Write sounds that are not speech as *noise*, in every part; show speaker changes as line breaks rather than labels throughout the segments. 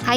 Hi,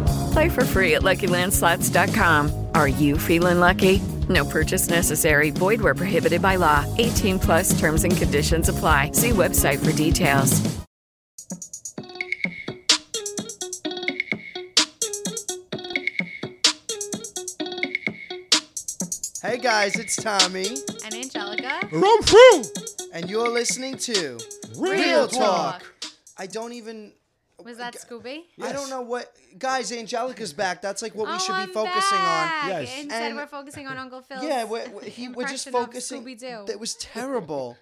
Play for free at LuckyLandSlots.com. Are you feeling lucky? No purchase necessary. Void where prohibited by law. 18 plus terms and conditions apply. See website for details.
Hey guys, it's Tommy,
and Angelica,
Rum Fruit, and you're listening to
Real, Real Talk. Talk.
I don't even.
Was that Scooby?
I don't know what guys. Angelica's back. That's like what we
Oh,
should
I'm
be focusing
back.
on.
Instead,
And-
we're focusing on Uncle Phil.
yeah, we're, we're- he, we're just focusing.
Scooby Doo.
That was terrible.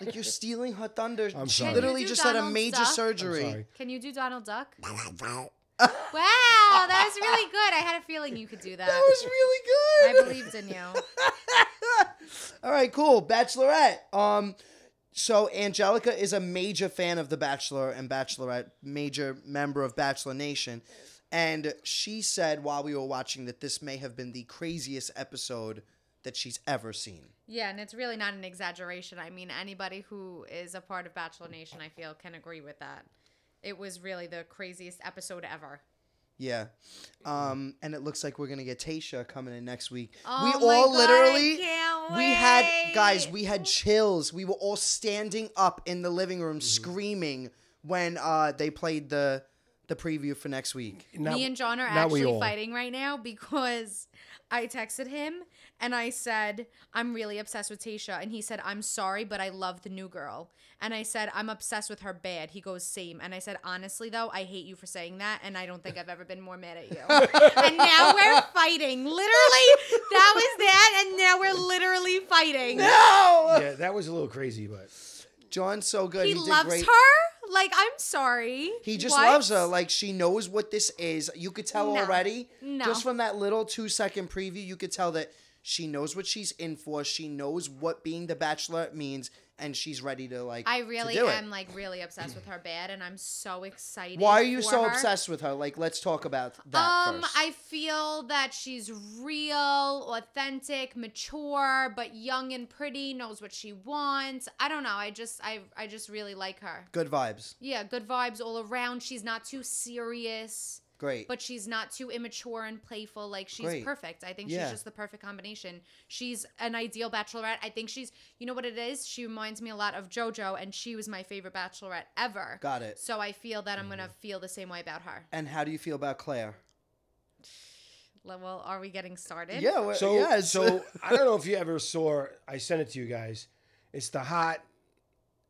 like you're stealing her thunder.
I'm
she
sorry.
literally
Can you do
just had a
Donald
major
Duck? I'm
surgery.
sorry.
Can you do Donald Duck? wow, that was really good. I had a feeling you could do that.
That was really good.
I believed in you.
*laughs* All right, cool. Bachelorette. Um, so Angelica is a major fan of The Bachelor and Bachelorette, major member of Bachelor Nation, and she said while we were watching that this may have been the craziest episode that she's ever seen.
Yeah, and it's really not an exaggeration. I mean, anybody who is a part of Bachelor Nation, I feel, can agree with that. It was really the craziest episode ever.
Yeah, um, and it looks like we're gonna get Tasha coming in next week.
Oh
we
my
all
God, I
literally,
can't
we had
wait.
guys, we had chills. We were all standing up in the living room
Mm-hmm.
screaming when uh, they played the the preview for next week.
Me and John are
not we
actually
all.
fighting right now because I texted him and I said, I'm really obsessed with Tasha. And he said, I'm sorry, but I love the new girl. And I said, I'm obsessed with her bad. He goes, same. And I said, honestly, though, I hate you for saying that. And I don't think I've ever been more mad at you.
*laughs*
and now we're fighting. Literally, that was that. And now we're literally fighting.
yeah, that was a little crazy, but
John's so good.
He,
did
loves
great.
her? Like, I'm sorry.
He just
What?
loves her. Like she knows what this is. You could tell
No.
already.
No.
Just from that little two second preview, you could tell that she knows what she's in for. She knows what being the bachelor means, and she's ready to like.
I
to
really
do it.
am like really obsessed with her bed, and I'm so excited.
Why are you
for
so
her.
obsessed with her? Like, let's talk about that
Um,
first.
I feel that she's real, authentic, mature, but young and pretty. Knows what she wants. I don't know. I just, I, I just really like her.
good vibes.
Yeah, good vibes all around. She's not too serious,
Great.
but she's not too immature and playful. Like she's
Great.
perfect. I think
Yeah.
she's just the perfect combination. She's an ideal bachelorette. I think she's, you know what it is? She reminds me a lot of JoJo, and she was my favorite bachelorette ever.
Got it.
So I feel that I'm
Mm-hmm.
gonna feel the same way about her.
and how do you feel about Claire?
Well, well, are we getting started?
Yeah. well,
so
yes. *laughs*
so I don't know if you ever saw. I sent it to you guys. It's the hot,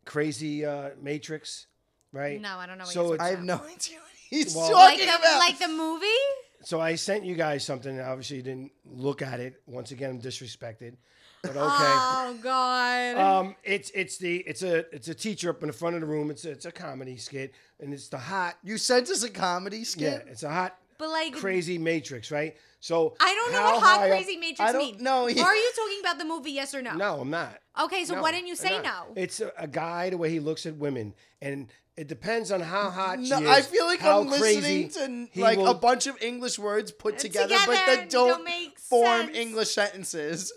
crazy uh, Matrix, right?
No, I don't know what
So
you're
it's-
I
talking
have no
about.
idea what he's
Well-
Like
talking
the,
about.
like the movie?
So I sent you guys something. And obviously, you didn't look at it. Once again, I'm disrespected, but okay.
Oh God.
Um, it's it's the it's a it's a teacher up in the front of the room. It's a, it's a comedy skit, and it's the hot
you sent us a comedy
yeah,
skit.
it's a hot
but like
crazy Matrix, right? So
I don't know
how
what hot
high up-
crazy matrix
I don't
means.
know.
Are you talking about the movie, yes or no?
No, I'm not.
Okay, so
No,
why didn't you
I'm
say
not.
no? *laughs*
It's a, a guy the way he looks at women, and it depends on how hot she
No,
is.
I feel like
how
I'm
crazy
listening to
he
like
will-
a bunch of English words put together,
Together,
but that
and
don't,
don't make
form
sense.
English
*laughs*
sentences.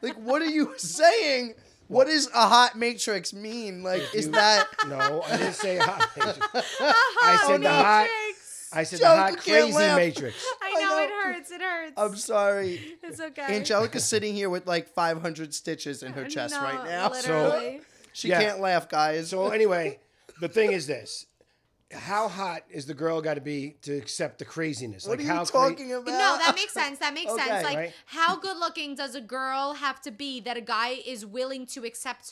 Like, what are you saying? What does a hot matrix mean? Like, is that
*laughs* No, I didn't say hot. Matrix. I said the hot.
Oh, Matrix.
I said
Joke,
the hot
you can't
crazy
laugh.
Matrix.
*laughs* I
I
know
know.
it hurts. It hurts. *laughs*
I'm sorry.
It's okay.
Angelica's sitting here with like 500 stitches in her chest
Uh, No,
right now.
So-
Literally.
She *laughs*
Yeah.
can't laugh, guys.
So anyway, the thing is this: how hot is the girl got to be to accept the craziness?
What
like
are
how
you
cra-
talking about?
No, that makes sense. That makes
Okay.
sense. Like,
Right.
how good looking does a girl have to be that a guy is willing to accept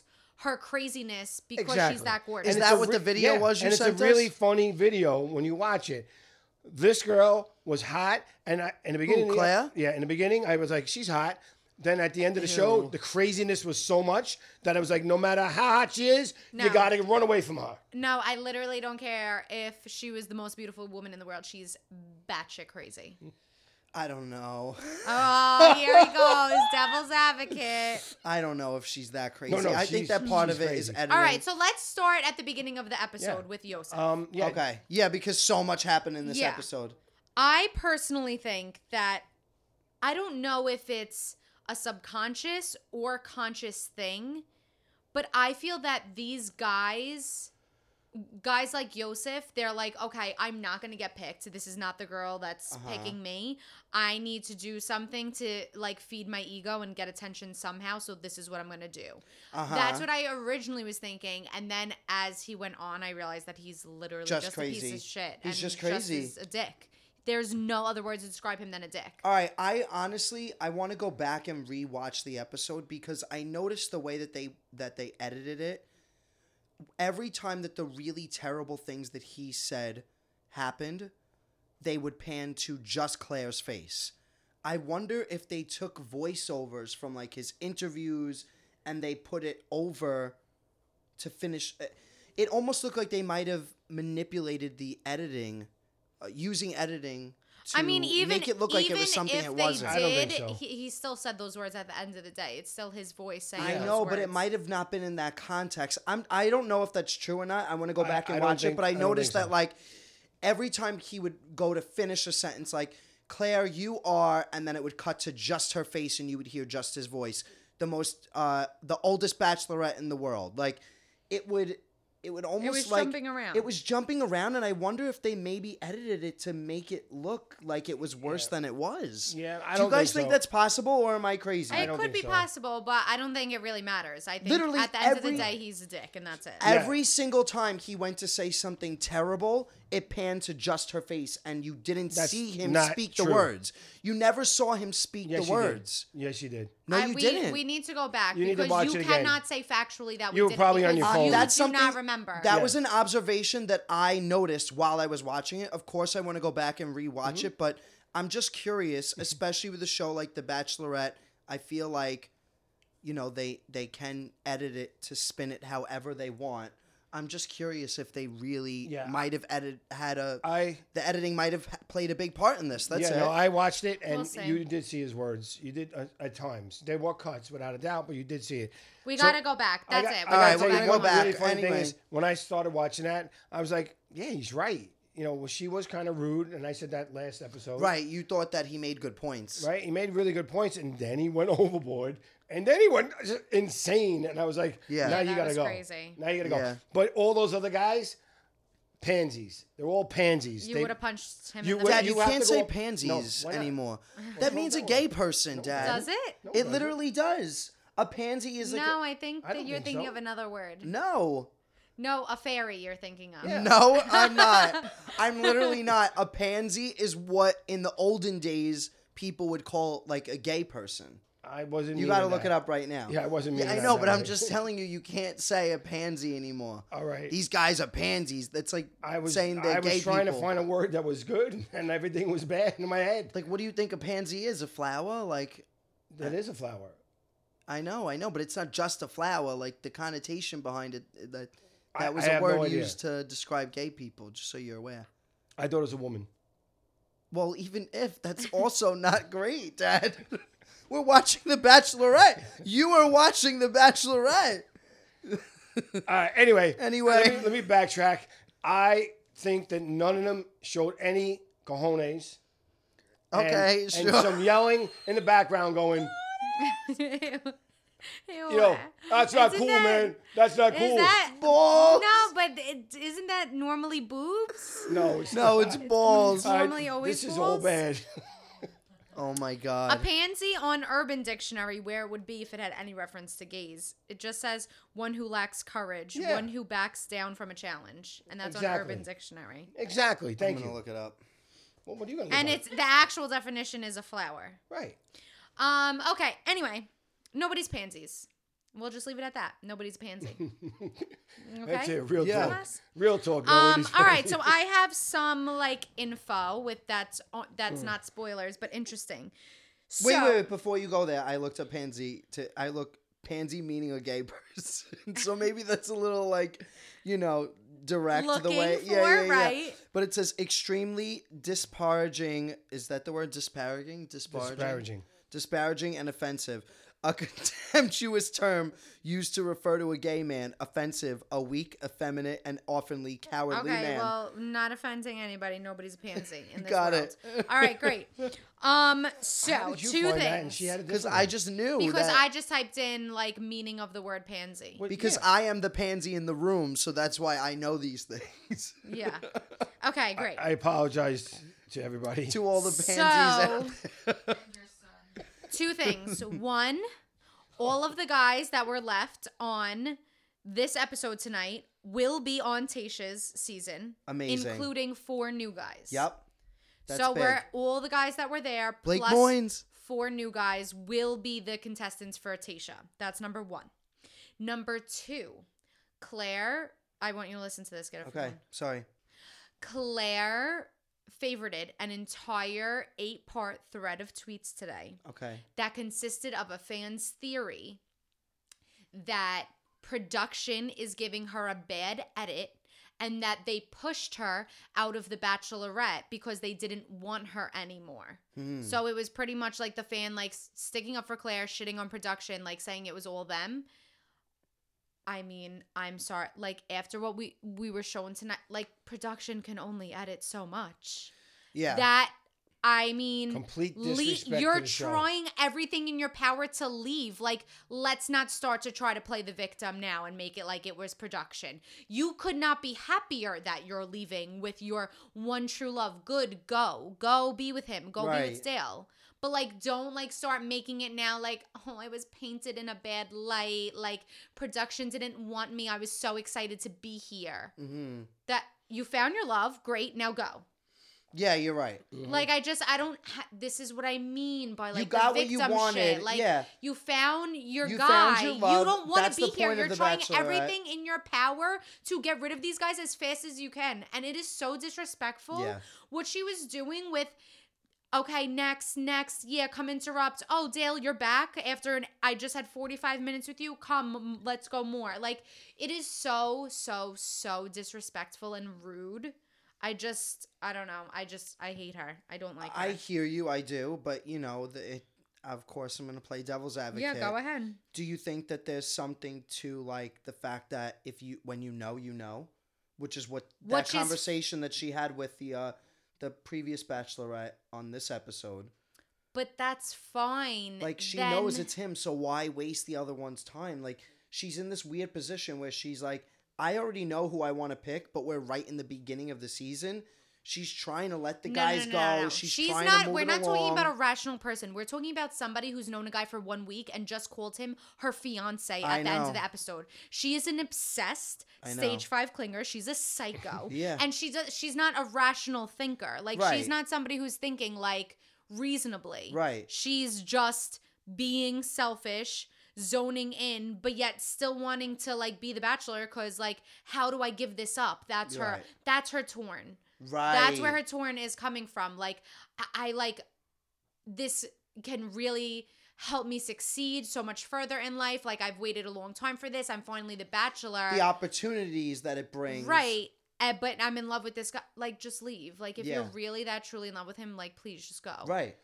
her craziness because she's
Exactly.
that gorgeous?
Is
And
that
it's a
what the video was you
and it's
sent us?
a really funny video when you watch it. This girl was hot, and I, in the beginning,
Who, Claire?
yeah, in the beginning, I was like, she's hot. Then at the end of the show, the craziness was so much that I was like, no matter how hot she is,
No.
you got to run away from her.
no, I literally don't care if she was the most beautiful woman in the world. She's batshit
*laughs*
crazy.
I don't know.
Oh, here he goes, devil's
*laughs*
advocate.
I don't know if she's that crazy.
no,
I
she's-
think that part
she's
of it is
crazy.
editing.
All right, so let's start at the beginning of the episode
Yeah.
with Yosef.
Um, yeah,
Okay. Yeah, because so much happened in this
Yeah.
episode.
I personally think that I don't know if it's a subconscious or conscious thing, but I feel that these guys guys like Yosef, they're like, okay, I'm not gonna get picked. This is not the girl that's picking me. I need to do something to like feed my ego and get attention somehow. So this is what I'm gonna do. That's what I originally was thinking, and then as he went on, I realized that he's literally
Just
just, a
crazy.
piece of shit.
He's
and
just crazy.
is a dick. There's no other words to describe him than a dick.
All right, I honestly I want to go back and rewatch the episode because I noticed the way that they that they edited it. Every time that the really terrible things that he said happened, they would pan to just Claire's face. I wonder if they took voiceovers from like his interviews and they put it over to finish. uh, It almost looked like they might have manipulated the editing, uh, using editing. To
I mean, even
make it look like it
even
was something
if
it
they
wasn't.
I don't
did,
think so.
he, he still said those words at the end of the day. It's still his voice saying.
I
those
know, but it
words.
might have not been in that context. I'm I don't know if that's true or not. I want to go
I-
back
I
and
don't
watch
think-
it, but I
I don't think
noticed
so.
that like every time he would go to finish a sentence like Claire, you are, and then it would cut to just her face, and you would hear just his voice. The most, uh, the oldest bachelorette in the world. Like, it would, it would almost
was
like
jumping around.
It was jumping around, and I wonder if they maybe edited it to make it look like it was worse than it was.
Yeah, I
Do
don't
you guys
think so.
that's possible, or am I crazy?
It could
think
be
so.
possible, but I don't think it really matters. I think
Literally
at the end
every-
of the day, he's a dick, and that's it.
Every single time he went to say something terrible, it panned to just her face, and you didn't
That's
see him
not
speak the
true.
words. You never saw him speak the
Yes, you did.
words.
Yes, she did.
No,
I-
you
we,
didn't.
We need to go back
You need to
because
watch
you
it again.
cannot say factually that we
You were
did it
probably on
because
your phone.
Uh, You
That's
do not
something-
remember.
that was an observation that I noticed while I was watching it. Of course, I want to go back and rewatch
Mm-hmm.
it, but I'm just curious, especially with a show like The Bachelorette. I feel like, you know, they they can edit it to spin it however they want. I'm just curious if they really
Yeah.
might have edit had a
I
the editing might have played a big part in this. That's
yeah,
it.
no, I watched it, and
We'll see.
you did see his words. You did uh, at times. There were cuts, without a doubt, but you did see it.
we
So-
gotta go back. That's
I
it.
got-
We
All right,
gotta go
we're gonna
back.
go
and
back.
The really funny
anyway.
thing is, when I started watching that, I was like, "Yeah, he's right." You know, well, she was kind of rude, and I said that last episode.
right, you thought that he made good points.
right. He made really good points, and then he went *laughs* overboard, and then he went just insane, and I was like,
Yeah.
"Yeah, now
Yeah,
you
that
gotta
was
go.
crazy.
Now you gotta go."
Yeah.
But all those other guys, pansies. They're all pansies.
You
They-
would have punched him.
you
in the
would-
back.
Dad, you,
have
can't
to go
say
up- No,
pansies
why not? *laughs*
anymore. that means a gay person, Dad.
Does it?
it? literally does. A pansy is like a-
No, I think
I
that
don't
you're
think
thinking
so.
of another word.
no.
No, a fairy you're thinking of. *laughs*
*laughs* No, I'm not. I'm literally not. A pansy is what in the olden days people would call like a gay person.
I wasn't.
You
got to
look it up right now.
Yeah, I wasn't
Yeah,
meaning
I
that,
know, but
no.
I'm just telling you, you can't say a pansy anymore.
All right.
These guys are pansies. That's like
*laughs* I was
saying they're
I
gay
was trying
people.
to find a word that was good, *laughs* and everything was bad in my head.
Like, what do you think a pansy is? A flower? Like,
That is a flower.
I know, I know, but it's not just a flower. Like the connotation behind it uh, that
I-
that was
I
a
have
word
no idea.
used to describe gay people. Just so you're aware.
I thought it was a woman.
Well, even if that's also *laughs* not great, Dad. *laughs* We're watching The Bachelorette. You are watching The Bachelorette.
All right. Uh, Anyway.
*laughs* Anyway.
Let me, let me backtrack. I think that none of them showed any cojones. and-
Okay,
and,
sure.
some yelling in the background going,
Ew. Oh,
you know, that's not
Isn't
cool,
that-
man. That's not cool.
Is that?
balls.
No, but it, isn't that normally boobs?
No,
*laughs*
it's
No, it's balls.
Normally
All
always
*laughs* This is all
balls?
bad.
Oh my
A
god.
pansy on Urban Dictionary, where it would be if it had any reference to gays, it just says one who lacks courage,
Yeah.
one who backs down from a challenge, and that's on
Exactly.
Urban Dictionary.
Exactly.
I'm
Thank
gonna
you.
look it up.
Well, what are you gonna look
And
up?
it's the actual definition is a flower.
right.
Um. Okay. Anyway, nobody's pansies. We'll just leave it at that. Nobody's a pansy.
*laughs* That's
Okay.
it. Real
Yeah.
talk.
Dumbass.
Real talk.
Um,
*laughs* nobody's
all right,
funny.
so I have some like info with that's on,
Hmm.
that's not spoilers, but interesting. So,
Wait, wait, wait, before you go there, I looked up pansy to I look pansy meaning a gay *laughs* person. so maybe that's a little like, you know, direct the
Looking
way.
for, right?
But it says extremely disparaging. Is that the word disparaging? Disparaging.
Disparaging.
Disparaging and offensive. A *laughs* contemptuous term used to refer to a gay man, offensive, a weak, effeminate, and oftenly cowardly
Okay,
man.
well, not offending anybody. Nobody's a pansy in this
Got
world.
it.
All right, great.
*laughs*
Um, so
How did you
two
find
things.
that and she had a
because
different
I
one?
just knew
because
that-
I just typed in like meaning of the word pansy.
Well,
because
yeah.
I am the pansy in the room, so that's why I know these *laughs* things.
*laughs*
Yeah. Okay, great.
I apologize to everybody.
to all the pansies. out *laughs*
So, *laughs* two things. One, all of the guys that were left on this episode tonight will be on Tasha's season,
Amazing.
including four new guys.
Yep. That's
so
big.
we're all the guys that were there.
Blake
plus
Moynes.
Four new guys will be the contestants for Tasha. That's number one. Number two, Claire. I want you to listen to this. Get it. from
Okay,
me.
sorry.
Claire favorited an entire eight part thread of tweets today
Okay.
that consisted of a fan's theory that production is giving her a bad edit and that they pushed her out of the bachelorette because they didn't want her anymore. So it was pretty much like the fan like s- sticking up for Claire, shitting on production, like saying it was all them. I mean, I'm sorry. Like after what we we were shown tonight, like production can only edit so much.
Yeah.
That I mean,
Complete
lea-
disrespect to
you're
the show.
trying everything in your power to leave. Like, let's not start to try to play the victim now and make it like it was production. You could not be happier that you're leaving with your one true love. Good, go, go, be with him, go be
Right.
with Dale. But like, don't like start making it now. Like, oh, I was painted in a bad light. Like, production didn't want me. I was so excited to be here.
Mm-hmm.
hmm
That you found your love, great. Now go.
Yeah, you're right.
Like I just I don't. Ha- this is what I mean by like
got
the
what you
victim
wanted,
shit. Like
yeah.
you found your
You
guy.
found your
you
love.
don't want
That's
to be
the
here.
point of
You're
The
trying
Bachelorette.
everything in your power to get rid of these guys as fast as you can, and it is so disrespectful.
Yeah.
What she was doing with. Okay, next, next. Yeah, come interrupt. Oh, Dale, you're back after an, I just had 45 minutes with you. Come, m- let's go more. Like, it is so, so, so disrespectful and rude. I just, I don't know. I just, I hate her. I don't like her.
I hear you, I do, but you know, the, it, of course, I'm going to play devil's advocate.
Yeah, go ahead.
Do you think that there's something to like the fact that if you when you know, you know, which is what that
Which is-
conversation that she had with the uh the previous bachelorette on this episode?
But that's fine.
Like she
then-
knows it's him, so why waste the other one's time? Like she's in this weird position where she's like, I already know who I want to pick, but we're right in the beginning of the season. She's trying to let the
No, no,
guys
no,
go.
no, no.
She's,
She's
trying
not.
To move
we're
it
not talking
along.
about a rational person. We're talking about somebody who's known a guy for one week and just called him her fiance at
I
the end
know.
of the episode. She is an obsessed
I know.
stage five clinger. She's a psycho.
*laughs* Yeah.
and she's a, she's not a rational thinker. Like
Right.
she's not somebody who's thinking like reasonably.
Right.
She's just being selfish. Zoning in, but yet still wanting to like be the bachelor because like, how do I give this up? That's her.
Right.
That's her torn.
right.
That's where her torn is coming from. Like, I, I like this can really help me succeed so much further in life. Like, I've waited a long time for this. I'm finally the bachelor.
the opportunities that it brings.
Right. Uh, but I'm in love with this guy. Like, just leave. Like, if you're
Yeah.
really that truly in love with him, like, please just go.
Right.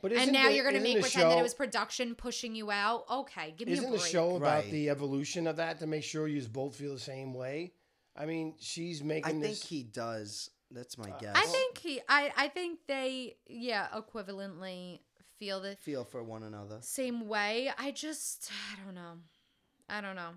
But
And
isn't
now
the-
you're gonna
isn't
make
the
pretend that
show-
it was production pushing you out. Okay, give me a
Isn't the
break.
show about
Right.
the evolution of that to make sure you both feel the same way? I mean, she's making
I think
this.
he does. That's my guess.
I think he. I. I think they. Yeah, equivalently feel the
feel for one another.
same way. I just I don't know. I don't know.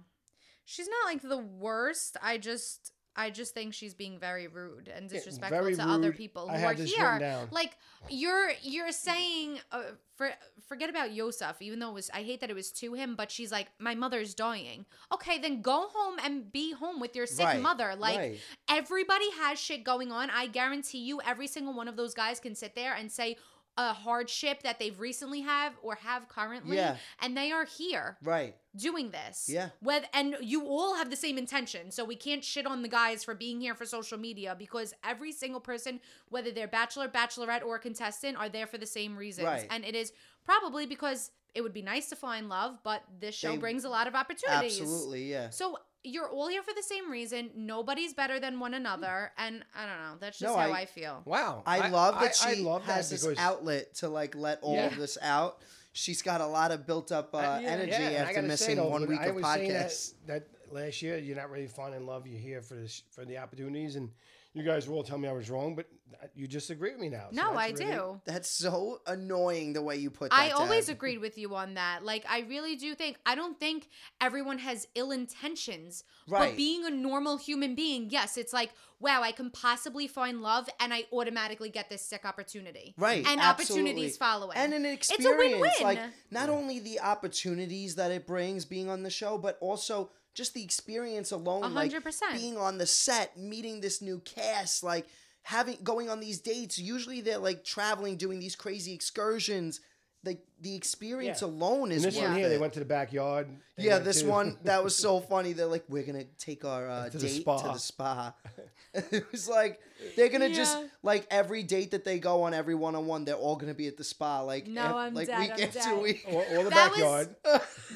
She's not like the worst. I just I just think she's being very rude and
Yeah,
disrespectful
very
to other
rude.
people
I
who
have
are
this written
here.
down.
Like you're you're saying, uh, for, forget about Yosef, even though it was I hate that it was to him, but she's like, my mother's dying. Okay, then go home and be home with your sick
Right,
mother. Like
right.
everybody has shit going on. I guarantee you, every single one of those guys can sit there and say a hardship that they've recently have or have currently,
Yeah.
and they are here
Right.
doing this.
Yeah.
Whether and you all have the same intention. So we can't shit on the guys for being here for social media because every single person, whether they're bachelor, bachelorette, or contestant, are there for the same reasons.
Right.
And it is probably because it would be nice to find love, but this show
They-
brings a lot of opportunities.
Absolutely. Yeah.
So you're all here for the same reason. Nobody's better than one another. And I don't know. That's just
No,
how
I-
I, feel.
Wow.
I, love that
I
she
love that
has this
because-
outlet to like let all
Yeah.
of this out. She's got a lot of built up uh,
Uh, yeah,
energy
yeah, and I
after
gotta say,
missing
though,
one
when
week
I
of
was saying
podcasts.
That, that last year, you're not really finding love. You're here for this, for the opportunities, and you guys will tell me I was wrong, but you just agree with me now. so
No,
that's
I
really-
do.
That's so annoying the way you put that.
I always
Deb.
agreed with you on that. Like, I really do think, I don't think everyone has ill intentions.
Right.
But being a normal human being, yes, it's like, wow, I can possibly find love and I automatically get this sick opportunity.
Right.
And
absolutely.
opportunities following.
And an
It's a
experience. Like not only the opportunities that it brings being on the show, but also just the experience alone.
A
like,
hundred percent.
Being on the set, meeting this new cast, like having going on these dates. Usually they're like traveling, doing these crazy excursions. Like the experience
Yeah.
alone
And
is
this
worth
one here,
it.
they went to the backyard. they
yeah,
went
this
to- *laughs*
one that was so funny. They're like, we're gonna take our uh,
To the
date
spa.
to the spa. *laughs* it was like they're gonna just
Yeah.
like every date that they go on, every one on one, they're all gonna be at the spa. Like
No,
ev-
I'm
like
dead,
week
I'm
after
dead.
week.
or, or the
That was-
backyard.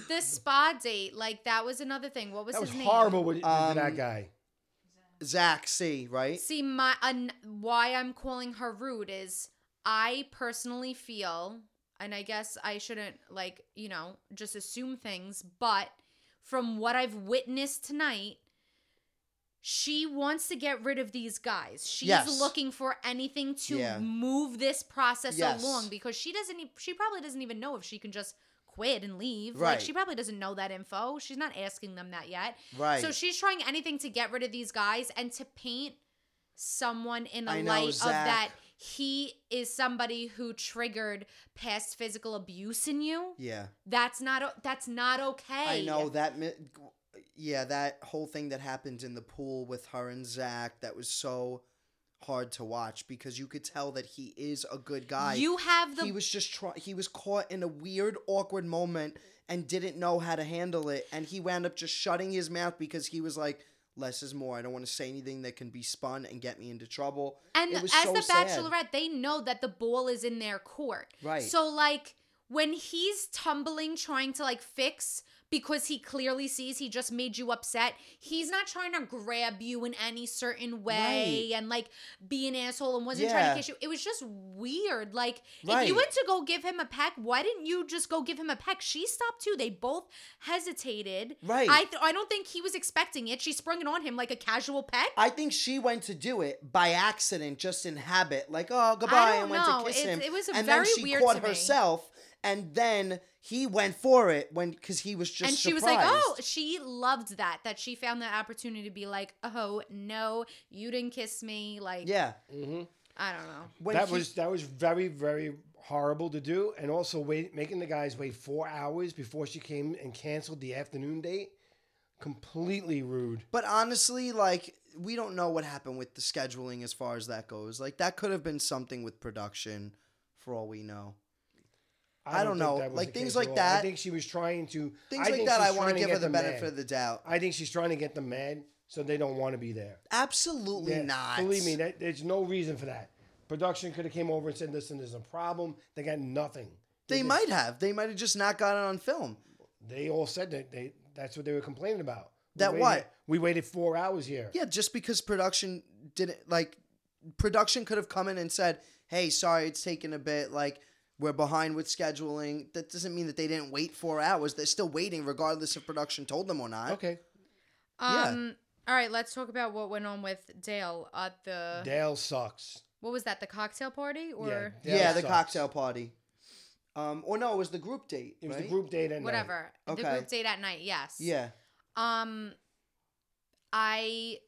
the spa date, like, that was another thing. What was
that was
his name?
horrible. What you did to
Um,
that guy?
*laughs* Zach C, right?
See, my an, why I'm calling her rude is I personally feel, and I guess I shouldn't like you know just assume things, but from what I've witnessed tonight, she wants to get rid of these guys. She's
Yes.
looking for anything to
Yeah.
move this process
Yes.
along because she doesn't. e- She probably doesn't even know if she can just quit and leave. Like
Right.
she probably doesn't know that info. She's not asking them that yet.
Right.
So she's trying anything to get rid of these guys and to paint someone in the
I know,
light of
Zach.
that he is somebody who triggered past physical abuse in you.
yeah,
That's not o- that's not okay.
I know that. Mi- yeah, that whole thing that happened in the pool with her and Zach that was so hard to watch because you could tell that he is a good guy.
you have the
he was just try- he was caught in a weird awkward moment and didn't know how to handle it and he wound up just shutting his mouth because he was like less is more i don't want to say anything that can be spun and get me into trouble
And
it was
as
so
the
sad.
Bachelorette, they know that the ball is in their court.
Right.
So like when he's tumbling, trying to like fix because he clearly sees he just made you upset. He's not trying to grab you in any certain way and like be an asshole and wasn't trying
Yeah.
to kiss you. It was just weird. Like if
Right.
you went to go give him a peck, why didn't you just go give him a peck? She stopped too. They both hesitated.
Right.
I th- I don't think he was expecting it. She sprung it on him like a casual peck.
i think she went to do it by accident just in habit like oh goodbye
don't
and went
know.
to kiss
It's-
him
it was
and
very
then she
weird
caught
to me.
herself and then he went for it when because he was just
and she was like,
surprised.
"Oh, she loved that. That she found that opportunity to be like, oh no, you didn't kiss me. Like,
yeah
I don't know.
when
that
he-
was that was very very horrible to do, and also wait, making the guys wait four hours before she came and canceled the afternoon date. Completely rude.
But honestly, like we don't know what happened with the scheduling as far as that goes. Like that could have been something with production, for all we know. I don't
think
know.
that was
Like,
the
things
case
like
at all. I
that-
think she was trying to
Things
I
like
think
that, I
she's
want
trying
to give her
get
the
them
benefit
mad.
of the doubt.
I think she's trying to get them mad so they don't want to be there.
Absolutely
Yeah,
not.
Believe me, that, there's no reason for that. Production could have came over and said, "Listen, there's a problem." They got nothing.
they might have. They might have just not got it on film.
They all said that they that's what they were complaining about. We
That
waited-
what?
we waited four hours here.
Yeah, just because production didn't like production could have come in and said, "Hey, sorry, it's taken a bit. Like we're behind with scheduling." That doesn't mean that they didn't wait four hours. They're still waiting, regardless if production told them or not.
Okay.
Yeah.
Um, all right, let's talk about what went on with Dale at the
Uh.
Dale sucks.
what was that? The cocktail party or
Dale
yeah, the
sucks.
cocktail party. Um, or no, it was the group date.
It was the
right?
group date and
whatever the
Okay.
group date at night? Yes.
Yeah,
Um, I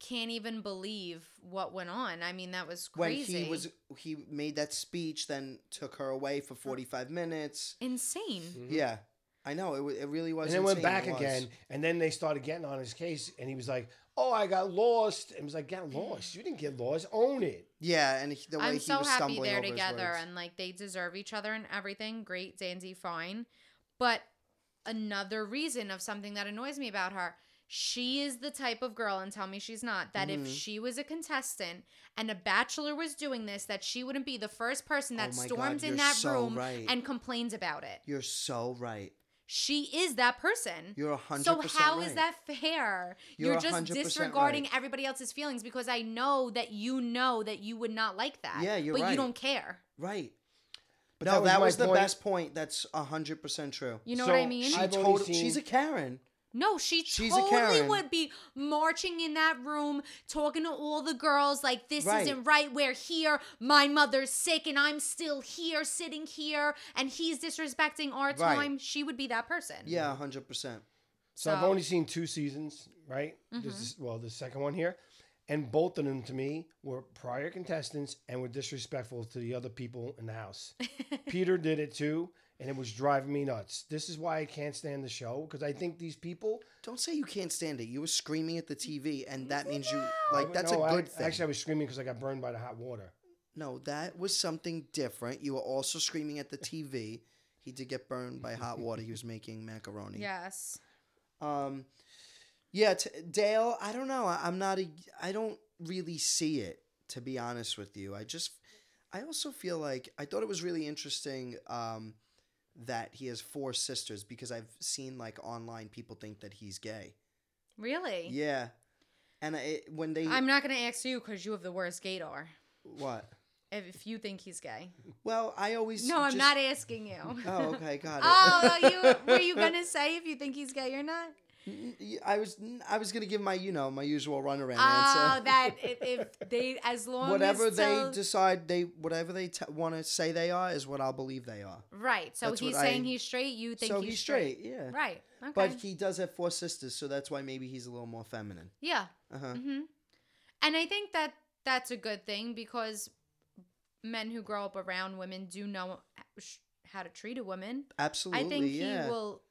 can't even believe what went on. I mean, that was
When
crazy.
he was he made that speech, then took her away for forty five minutes.
insane.
Yeah, I know it. wa- It really was.
Mm-hmm. and then went
insane,
back
it was.
again, and then they started getting on his case, and he was like, "Oh, I got lost." And it was like, "Got lost? You didn't get lost. Own it."
Yeah, and he, the way
I'm
he
so
was
happy
stumbling
they're
over his
together
words.
and like they deserve each other and everything. Great, Zanzi, fine. But another reason of something that annoys me about her, she is the type of girl, and tell me she's not, that
Mm-hmm.
if she was a contestant and a bachelor was doing this, that she wouldn't be the first person that
Oh my God,
storms in
you're
that
so
room
right.
and complains about it.
You're so right.
She is that person.
You're a hundred.
So
percent
how is
right.
that fair?
You're
You're,
a
just
hundred percent
disregarding
right.
everybody else's feelings because I know that you know that you would not like that.
Yeah, you're
but
right.
you don't care.
right?
But
no, that was,
my
the
point.
best point. That's hundred percent true.
You know
So
what I mean?
She
I've only
totally.
seen-
She's a Karen.
no, she
she's a
totally
Karen.
would be marching in that room, talking to all the girls like, "This
Right.
isn't right. We're here. My mother's sick, and I'm still here, sitting here, and he's disrespecting our
Right.
time." She would be that person.
Mm-hmm.
Yeah, hundred percent.
So, I've
So-
only seen two seasons, right?
Mm-hmm.
This is, well, the second one here, and both of them to me were prior contestants and were disrespectful to the other people in the
*laughs*
house. Peter did it too, and it was driving me nuts. This is why I can't stand the show because I think these people.
Don't say you can't stand it. You were screaming at the TV, and that means you like that's a
No, I-
good thing.
Actually, I was screaming because I got burned by the hot water.
no, that was something different. You were also screaming at the TV. He did get burned by hot water. He was making macaroni.
Yes.
Um, yeah, t- Dale. I don't know. I, I'm not a. I don't really see it to be honest with you. I just. I also feel like I thought it was really interesting um, that he has four sisters because I've seen like online people think that he's gay.
Really?
Yeah, and I, when they
I'm not gonna ask you because you have the worst gaydar.
what?
If, if you think he's gay.
Well, I always
No, I'm
just-
not asking
*laughs*
you.
Oh, okay, got it.
Oh, you were you gonna say if you think he's gay or not?
Y- I was I was gonna give my you know my usual runaround
Oh,
answer.
that if, if they as long
whatever
as
they
till-
decide they whatever they t- want to say they are is what I'll believe they are.
right. So
That's what
he's saying
I-
he's straight. You think
so
he's,
he's straight, yeah.
Right. Okay.
But he does have four sisters, so that's why maybe he's a little more feminine.
yeah.
Uh-huh.
hmm And I think that that's a good thing because men who grow up around women do know sh- how to treat a woman.
Absolutely,
I think
yeah.
he will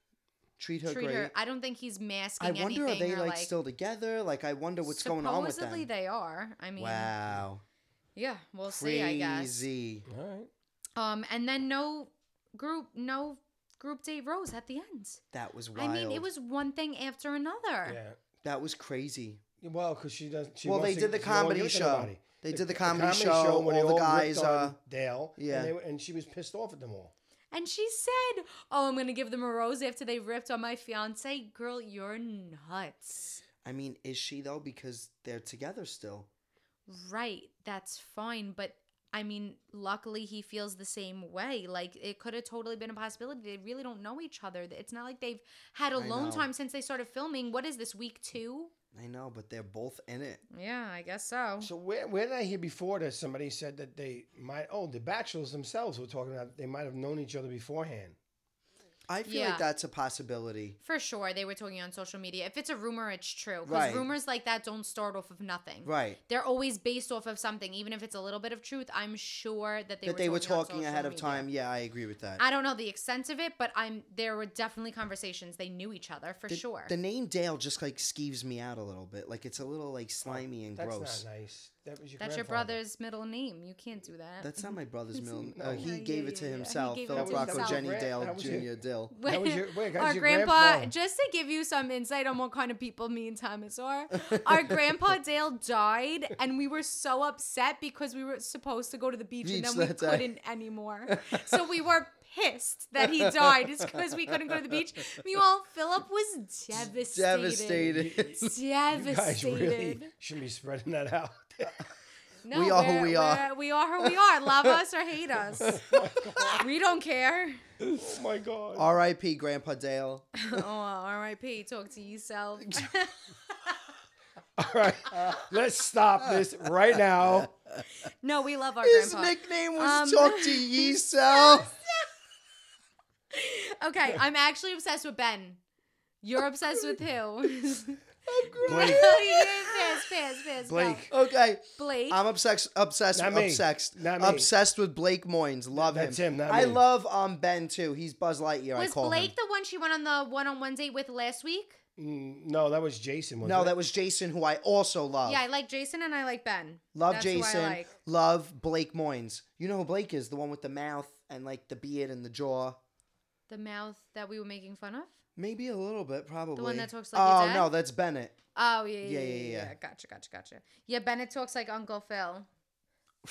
treat her
treat
great.
her. I don't think he's masking
I wonder are
anything.
they
or,
like, still together? Like I wonder what's going on with
Supposedly
them.
they are. I mean,
wow,
yeah, we'll
crazy.
see. I guess.
All right.
Um, and then no group, no group date rose at the end.
That was wild.
I mean, it was one thing after another.
Yeah.
that was crazy.
Well, because she doesn't. She
Well, they
wants to-
did the
she don't wanna
comedy
give it to
show.
nobody.
They did the comedy show,
when
all
they
the
ripped
guys,
on
uh,
Dale.
yeah.
and, they, were- and she was pissed off at them all.
And she said, "Oh, I'm gonna give them a rose after they ripped on my fiance." Girl, you're nuts.
I mean, is she though? Because they're together still.
Right, that's fine, but I mean, luckily he feels the same way. Like it could have totally been a possibility. They really don't know each other. It's not like they've had alone
know.
time since they started filming. What is this week two?
I know, but they're both in it.
Yeah, I guess so.
So where, where did I hear before that somebody said that they might? Oh, the bachelors themselves were talking about they might have known each other beforehand.
I feel
Yeah.
like that's a possibility.
For sure, they were talking on social media. If it's a rumor, it's true. Because
Right.
rumors like that don't start off of nothing.
Right.
They're always based off of something, even if it's a little bit of truth. I'm sure that they
that
were
they were
talking, on
talking
social
ahead of
media.
time. Yeah, I agree with that.
I don't know the extent of it, but I'm there were definitely conversations. They knew each other for
the,
sure.
The name Dale just like skeeves me out a little bit. Like it's a little like slimy and
Oh, That's
gross.
not nice. That was your.
That's your
grandfather.
brother's middle name. You can't do that.
That's not
*laughs*
my brother's middle.
No.
Uh, he
Yeah,
gave
yeah,
it to
yeah, yeah.
himself.
He gave it
Philip
to
Rocco,
himself.
Jenny
That
Dale
was
Jr.
your-
Dill.
*laughs*
That was your- wait, that
our
was your
grandpa,
grandpa.
just to give you some insight on what kind of people me and Thomas are, our grandpa Dale died, and we were so upset because we were supposed to go to the beach,
Beach
and then we
that day.
couldn't anymore. So we were pissed that he died. It's because we couldn't go to the beach. Meanwhile, Philip was devastated.
Devastated.
You *laughs* guys
Devastated.
really shouldn't be spreading that out. *laughs*
No,
We are who
we're-
we are.
we're- We are who we are. Love us or hate us. we don't care. *laughs*
oh my god.
R.I.P. Grandpa Dale.
Oh, R.I.P. Talk to yourself.
All right, let's stop this right now.
*laughs*
no, we love our
His
grandpa.
nickname was
Um,
Talk
*laughs*
to Yeeself.
okay, I'm actually obsessed with Ben. You're obsessed with who? *laughs* Oh,
Blake.
pass, pass, pass. go.
Blake.
Okay.
Blake.
I'm obsessed, obsessed,
Not me.
obsessed,
Not me.
obsessed with Blake Moynes. Love
That's
him.
him, not
I
me.
love um Ben too. He's Buzz Lightyear. I
was
call
Blake
him.
the one she went on the one-on-one date with last week?
Mm, No, that was Jason. Wasn't
No,
it?
that was Jason, who I also love.
Yeah, I like Jason and I like Ben.
love
That's who I
Jason.
like.
Love Blake Moynes. You know who Blake is? The one with the mouth and like the beard and the jaw.
The mouth that we were making fun of.
Maybe a little bit, probably.
that talks like
Oh
your dad?
no, that's Bennett.
Oh yeah, yeah, yeah,
Yeah,
yeah.
yeah, yeah.
Gotcha, gotcha, gotcha. Yeah, Bennett talks like Uncle
*sighs*
Phil.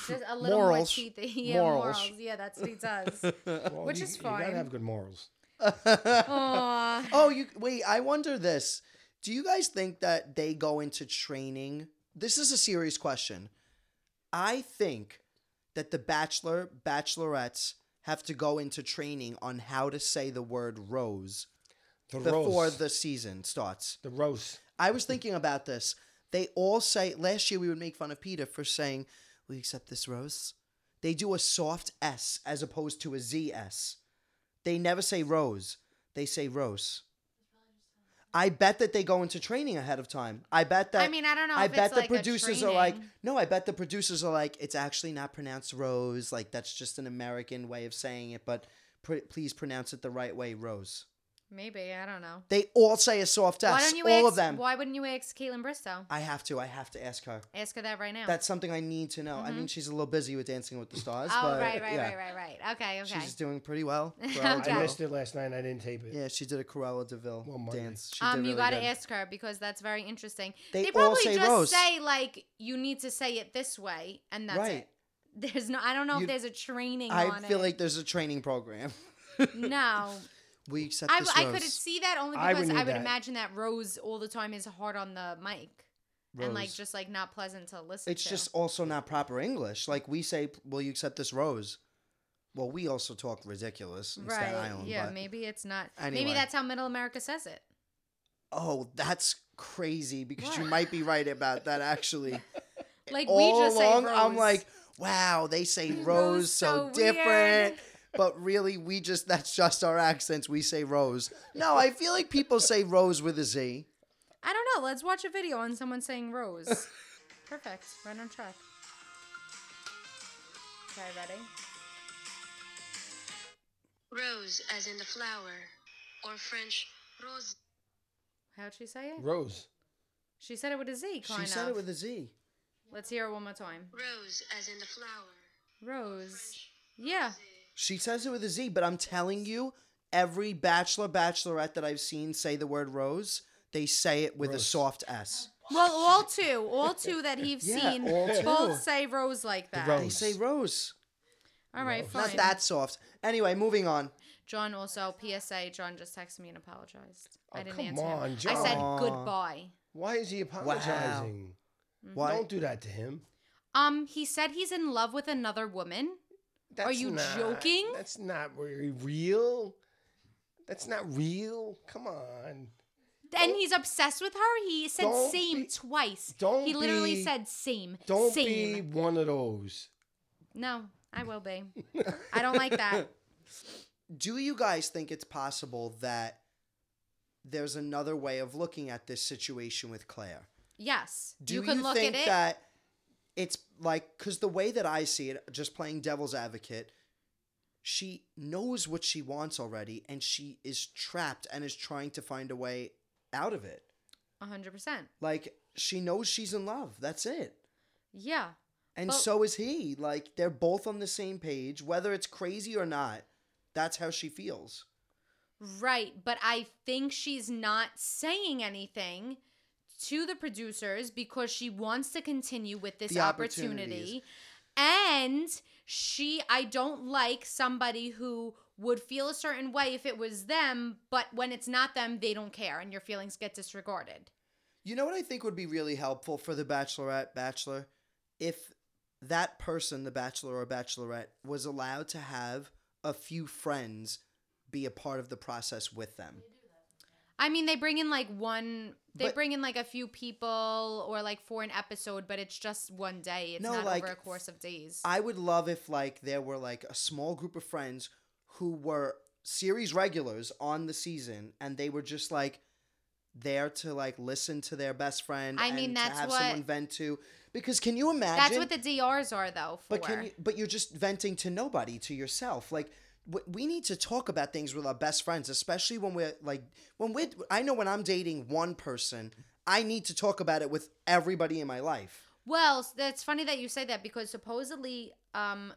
There's a little
Morals.
more teeth. *laughs* Yeah, morals.
Morals.
Yeah, that's what he
*laughs*
does.
Well,
which
you-
is
You
fine.
gotta have good morals.
Aw.
Oh, you wait. I wonder this. Do you guys think that they go into training? This is a serious question. I think that the bachelor, bachelorettes have to go into training on how to say the word rose
The
before
roast.
the season starts.
the roast.
I was thinking about this. They all say last year we would make fun of Peter for saying, "We accept this rose." They do a soft S as opposed to a Z S. They never say rose. They say rose. I bet that they go into training ahead of time. I bet that.
I mean, I don't know
I
if it's
bet the
like a
producers are like,
training.
no. I bet the producers are like, it's actually not pronounced rose. Like that's just an American way of saying it. But pr- please pronounce it the right way, rose.
Maybe I don't know.
They all say a soft S.
why don't you
all
ask,
of them.
Why wouldn't you ask Caitlin Bristow?
I have to. I have to ask her.
Ask her that right now.
That's something I need to know. I mean, she's a little busy with Dancing with the Stars,
Mm-hmm. oh
but
right, right,
yeah,
right, right, right. Okay, okay.
she's doing
*laughs*
pretty well. Cruella de
Okay.
I
Vil.
missed it last night. and I didn't tape it.
Yeah, she did a Cruella Deville
Well, Monday.
dance. She
um,
did
you
really
got to
good.
ask her because that's very interesting.
They all
probably
say
just
roast.
say like you need to say it this way, and that's
Right.
it. There's no, I don't know if
You-
there's a training.
I
on
feel
it.
like there's a training program.
*laughs* no,
*laughs* We accept
I,
this
I
rose.
could see that only
I would
because I would,
need that.
imagine that Rose all the time is hard on the mic and like
Rose.
just like not pleasant to listen
It's
to.
just also not proper English. Like we say, "Will you accept this rose?" Well, we also talk ridiculous in
right.
Staten Island.
yeah,
but-
maybe it's not. Maybe
Anyway.
that's how Middle America says it.
Oh, that's crazy because you
What?
might be right
*laughs*
about that. Actually,
Like
all
we just
along,
say Rose.
I'm like, wow, they say
*laughs*
rose, so,
so weird. *laughs*
different. But really, we just, that's just our accents. We say rose. No, I feel like people say rose with a Z.
I don't know. Let's watch a video on someone saying
*laughs*
Rose. Perfect. Right on track. Okay, ready?
Rose, as in the flower, or French rose.
How'd she say it?
Rose.
She said it with a Z, kind
she
of.
said it with a Z.
Let's hear it one more time.
Rose, as in the flower.
Rose. Yeah.
She says it with a Z, but I'm telling you, every bachelor, bachelorette that I've seen say the word rose, they say it with a
Rose.
soft S.
Well, all two, all two that he's
Yeah,
seen,
all two.
both say Rose like that.
They
Rose.
say rose.
All right, fine.
Not that soft. Anyway, moving on.
John also PSA. John just texted me and apologized.
Oh,
I didn't
come
answer him.
on,
I said
John.
goodbye.
Why is he apologizing?
Mm-hmm.
Why?
Don't do that to him.
Um, he said he's in love with another woman.
That's
you
not-
joking?
That's not very real. That's not real. Come on.
And he's obsessed with her. He said
Don't
same
be-
twice.
don't
he literally
be-
said same.
Don't
same.
be one of those.
No, I will
*laughs*
be. I don't like that.
do you guys think it's possible that there's another way of looking at this situation with Claire?
Yes.
Do
you can look
think
at it.
that it's like because the way that I see it, just playing devil's advocate, she knows what she wants already, and she is trapped and is trying to find a way out of it.
100%.
Like she knows she's in love. That's it.
Yeah.
And
Well-
so is he. Like they're both on the same page, whether it's crazy or not. That's how she feels.
Right, but I think she's not saying anything to the producers because she wants to continue with this
The
opportunity.
opportunities.
And she I don't like somebody who would feel a certain way if it was them, but when it's not them, they don't care and your feelings get disregarded.
You know what I think would be really helpful for the bachelorette, bachelor, if that person, the bachelor or bachelorette, was allowed to have a few friends be a part of the process with them.
I mean, they bring in like one they
But-
bring in like a few people or like for an episode, but it's just one day. It's
No,
not
like,
over a course of days.
I would love if like there were like a small group of friends who were series regulars on the season and they were just like there to like listen to their best friend.
I mean,
and
that's
to have
what-
someone vent to. Because can you
That's
imagine?
what the DRs are, though. For.
But can you? But you're just venting to nobody, to yourself. Like w- we need to talk about things with our best friends, especially when we're like when we. are I know when I'm dating one person, I need to talk about it with everybody in my life.
Well, s- that's funny that you say that because supposedly, um,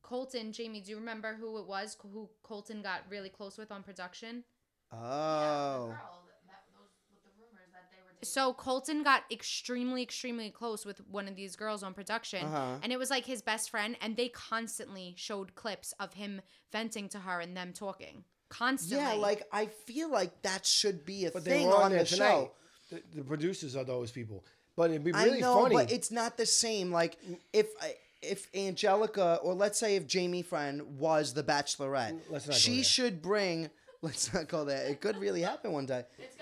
Colton, Jamie, do you remember who it was c- who Colton got really close with on production?
Oh,
So Colton got extremely, extremely close with one of these girls on production,
Uh-huh.
and it was like his best friend, and they constantly showed clips of him venting to her and them talking constantly.
yeah. Like I feel like that should be a
But they
thing
were on,
on
there
the
tonight.
show.
The, the producers are those people. But it'd be
I
really
know,
funny.
but it's not the same. Like if I- if Angelica or let's say if Jamie Friend was the Bachelorette,
Mm, Let's not go
she
there.
should bring. *laughs* Let's not go there. It could really happen one day. It's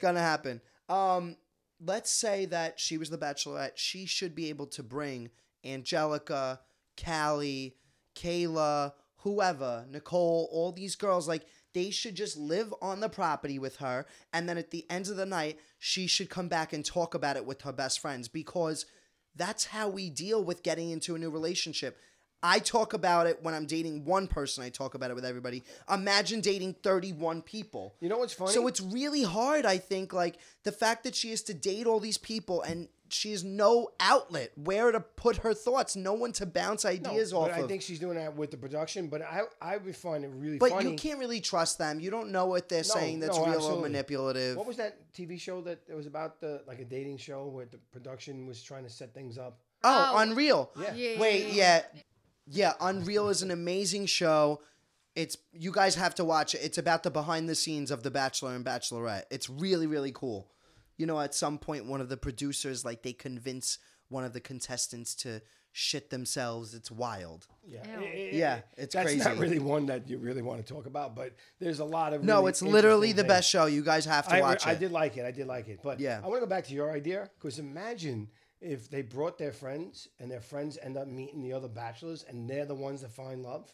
gonna happen. Um, let's say that she was the Bachelorette. She should be able to bring Angelica, Callie, Kayla, whoever, Nicole, all these girls. Like they should just live on the property with her, and then at the end of the night, she should come back and talk about it with her best friends because that's how we deal with getting into a new relationship. I talk about it when I'm dating one person. I talk about it with everybody. Imagine dating 31 people.
you know what's funny?
So it's really hard, I think, like the fact that she has to date all these people and she has no outlet where to put her thoughts, no one to bounce
No,
ideas off
but I
of.
think she's doing that with the production. But I I would find it really
but
funny.
you can't really trust them. You don't know what they're
No,
saying that's
no,
real
absolutely.
or manipulative.
What was that TV show that it was about the like a dating show where the production was trying to set things up?
Oh,
Oh.
Unreal.
Yeah.
Yeah,
Wait, yeah. Yeah, Unreal is an amazing show. It's you guys have to watch it. It's about the behind the scenes of The Bachelor and Bachelorette. It's really really cool. You know, at some point one of the producers like they convince one of the contestants to shit themselves. It's wild.
Yeah,
Ew.
It- it-
Yeah,
it-
it's
that's not
crazy.
really one that you really want to talk about. But there's a lot of
no,
really
it's literally the
interesting
best
things.
show. You guys have to
I,
watch
I
it.
did like it. I did like it. But
Yeah.
I want to go back to your idea because imagine if they brought their friends and their friends end up meeting the other bachelors and they're the ones that find love.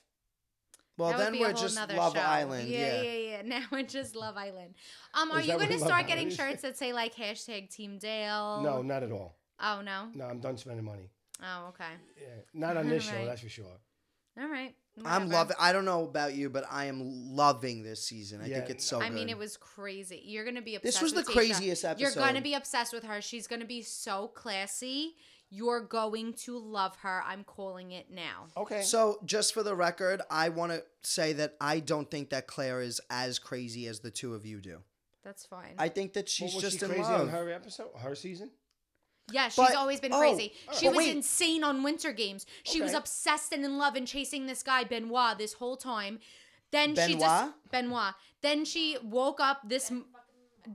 Well,
That would
then
be a
we're
whole
just
nother
Love
show.
Island.
Yeah, yeah, yeah. *laughs* Now we're just Love Island. Um, are
Is
you
that what
going to
Love
start getting
Island is?
shirts that say like hashtag Team Dale?
No, not at all.
Oh no.
No, I'm done spending money.
Oh okay.
Yeah. Not on this show,
Right.
that's for sure.
All right.
I'm
whatever.
loving. I don't know about you, but I am loving this season. I
Yeah,
think it's so.
I
good.
mean, it was crazy. You're gonna be obsessed.
This was
with
the
Tayshia.
craziest
You're gonna
episode.
be obsessed with her. She's gonna be so classy. You're going to love her. I'm calling it now.
Okay.
So, just for the record, I want to say that I don't think that Claire is as crazy as the two of you do.
That's fine.
I think that she's
What, was
just
she
in
crazy
love.
on her episode, her season.
yeah, she's
but-
always been
oh,
crazy. She
but
was
wait.
insane on Winter Games. She was
Okay.
obsessed and in love and chasing this guy Benoit this whole time. Then she
Benoit?
just Benoit. Then she woke up this, m-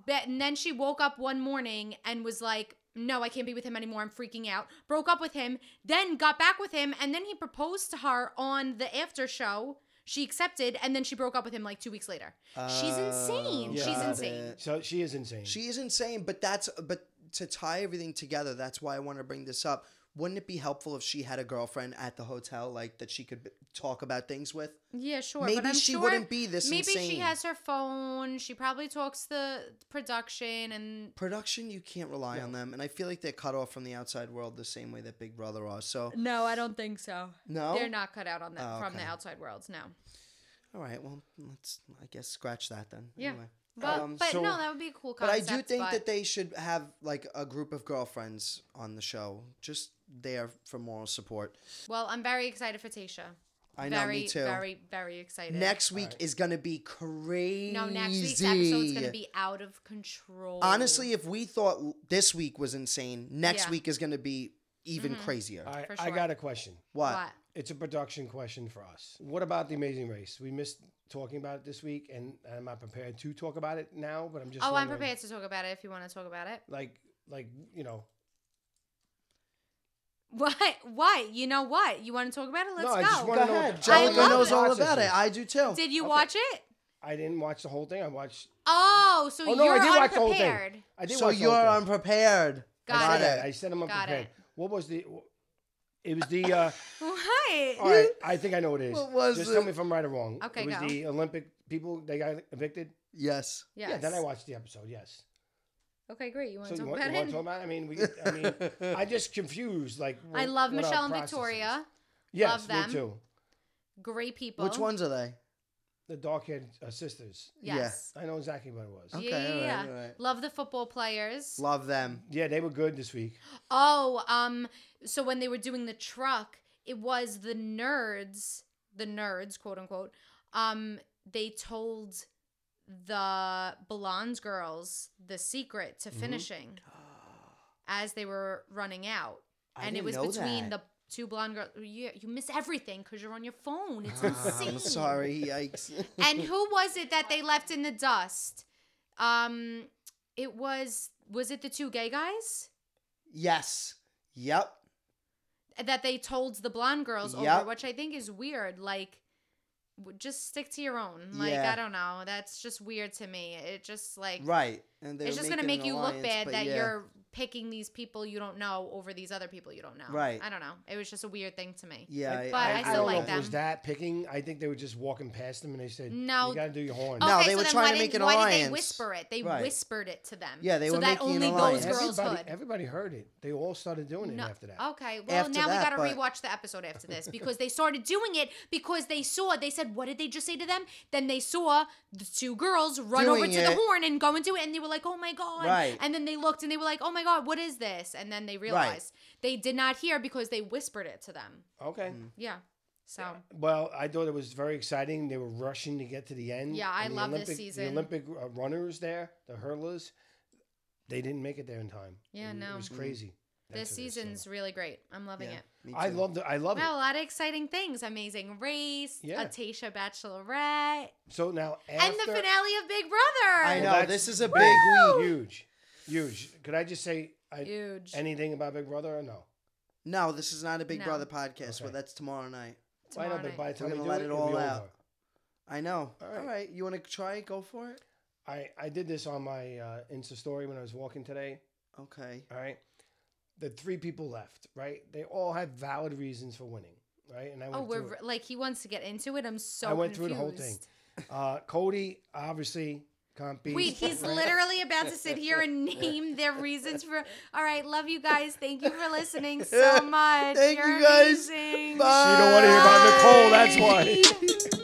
be- and then she woke up one morning and was like, "No, I can't be with him anymore. I'm freaking out." Broke up with him, then got back with him, and then he proposed to her on the after show. She accepted, and then she broke up with him like two weeks later. She's insane.
Oh,
She's
got
insane.
it.
So she is insane.
She is insane, but that's but to tie everything together, that's why I want to bring this up. Wouldn't it be helpful if she had a girlfriend at the hotel, like that she could b- talk about things with?
Yeah, sure. but
Maybe
I'm
she
sure
wouldn't be this
Maybe she
insane.
has her phone. She probably talks the production and
Production, you can't rely on them, and I feel like they're cut off from the outside world the same way that Big Brother are. So,
No, I don't think so.
No?
They're not cut out on that
Oh,
from the
okay. Um,
outside worlds, no.
all right, well, let's I guess scratch that then.
Yeah.
Anyway.
But,
Um,
but
so-
no, that would be a cool
But I
concept.
do think
but-
that they should have like a group of girlfriends on the show, just there for moral support.
Well, I'm very excited for Tasha.
I know,
very,
me too.
Very, very excited.
next week is gonna be crazy.
No, next week's episode's gonna be out of control.
honestly, if we thought l- this week was insane, next
Yeah.
week is gonna be even crazier.
All right,
For
I
sure.
got a question.
What?
What?
It's a production question for us. What about the Amazing Race? We missed talking about it this week, and I'm not prepared to talk about it now. But I'm just.
Oh, I'm
wondering,
prepared to talk about it if you want to talk about it. *laughs*
Like, like you know.
What? What? You know what? You want to talk about it? Let's
no,
go.
I just want
Go
to know.
ahead.
what the-
I
Angelica
love
knows
it.
all
process
about
is.
it. I do too.
Did you
Okay.
watch it?
I didn't watch the whole thing. I watched.
Oh, so
oh no,
you're
I did watch the whole
unprepared.
thing. I did
so
watch the
you're
whole thing.
unprepared.
Got
I said
it.
that. I said I'm
Got
unprepared.
it.
What was the? It was
*laughs*
the. Uh,
What?
all right, I think I know what it is.
What was
Just tell
it?
me if I'm right or wrong.
Okay,
it was
go.
the Olympic people. They got evicted.
Yes.
Yeah. Then I
Yes.
watched the episode. Yes.
Okay, great. You want
So
to
you
talk
want,
about
you want to talk
it?
about? it? I mean, we. I
*laughs*
mean, I just confused. Like wh-
I love
what our
Michelle and
process is.
Victoria.
Yes,
Love them.
me too.
Great people.
Which ones are they?
The dark haired uh, sisters.
Yeah.
Yes.
I know exactly what it was.
Yeah.
Okay,
yeah,
all right,
yeah.
all right.
Love the football players.
Love them.
Yeah, they were good this week.
Oh, um, so when they were doing the truck, it was the nerds, the nerds, quote unquote, um, they told the blondes girls the secret
Mm-hmm.
to finishing
*gasps*
as they were running out.
I
and it
didn't
was
know
between
that.
the two blonde girls. You, you miss everything because you're on your phone. It's
Ah,
insane. *laughs*
*laughs* I'm sorry. Yikes. *laughs*
and who was it that they left in the dust? Um, it was, was it the two gay guys?
yes. Yep.
that they told the blonde girls
Yep.
over, which I think is weird. Like, w- just stick to your own. Like,
Yeah.
I don't know. That's just weird to me. It just like
Right. And they
It's
were
just gonna
making
make
an
you look
alliance,
bad
but
that
yeah.
you're picking these people you don't know over these other people you don't know.
Right.
I don't know. It was just a weird thing to me.
Yeah, I-
but I,
I- I
still
don't know
like
if it was
them.
that picking. I think they were just walking past them and they said,
No.
you got to do your horn."
No,
okay,
they
so
were
then
trying
why
to
did-
make an
Why did
alliance.
they whisper it? They
Right.
whispered it to them.
Yeah, they
so
were
that
making an
only
alliance.
those girls
everybody,
could.
everybody heard it. They all started doing it
No. Oh.
after that.
Okay. Well,
After
now
that,
we
but-
got to rewatch the episode after this because they started doing it because they saw. They said, "What did they just say to them?" Then they saw the two girls run over
Doing
to the
it.
horn and go and do it, and they were like, "Oh my god!"
Right.
And then they looked and they were like, "Oh my god, what is this?" And then they realized they did not hear because they whispered it to them.
Okay.
Yeah. So
Well, I thought it was very exciting. They were rushing to get to the end.
Yeah, I
And the
love this
Olympic,
season.
The Olympic uh, runners there, the hurlers, they didn't make it there in time.
Yeah,
And
no.
It was
Mhm.
crazy. That's
this
what it is, so-
season's really great. I'm loving
Yeah,
it.
me
I
too.
love the. I love
Wow, a
it.
lot of exciting things. Amazing Race,
Yeah.
a Tasha Bachelorette,
So now after
and the finale of Big Brother.
I
Well,
know.
that's
this is a
big-
big week.
Huge, huge. Could I just say I,
Huge.
anything about Big Brother or no?
No, this is not a Big
No.
Brother podcast,
Okay.
but that's tomorrow night.
Why
Tomorrow
not? But
night.
by the
We're
time we
gonna
do
let it
it'll
all
be
out.
over.
I know.
All
All
right.
right. You want to try it? Go for it?
I, I did this on my uh, Insta story when I was walking today.
Okay.
All right. The three people left, right? They all had valid reasons for winning, right? And I went
Oh, we're
through
re-
it.
like he wants to get into it. I'm so
I went through the whole thing.
confused.
Uh, Cody, obviously, can't be. *laughs*
Wait, he's
right?
literally about to sit here and name their reasons for. All right, love you guys. Thank you for listening
*laughs*
so much.
Thank
You're
you guys.
amazing.
Bye.
You don't want to hear about Nicole, that's
*laughs*
why.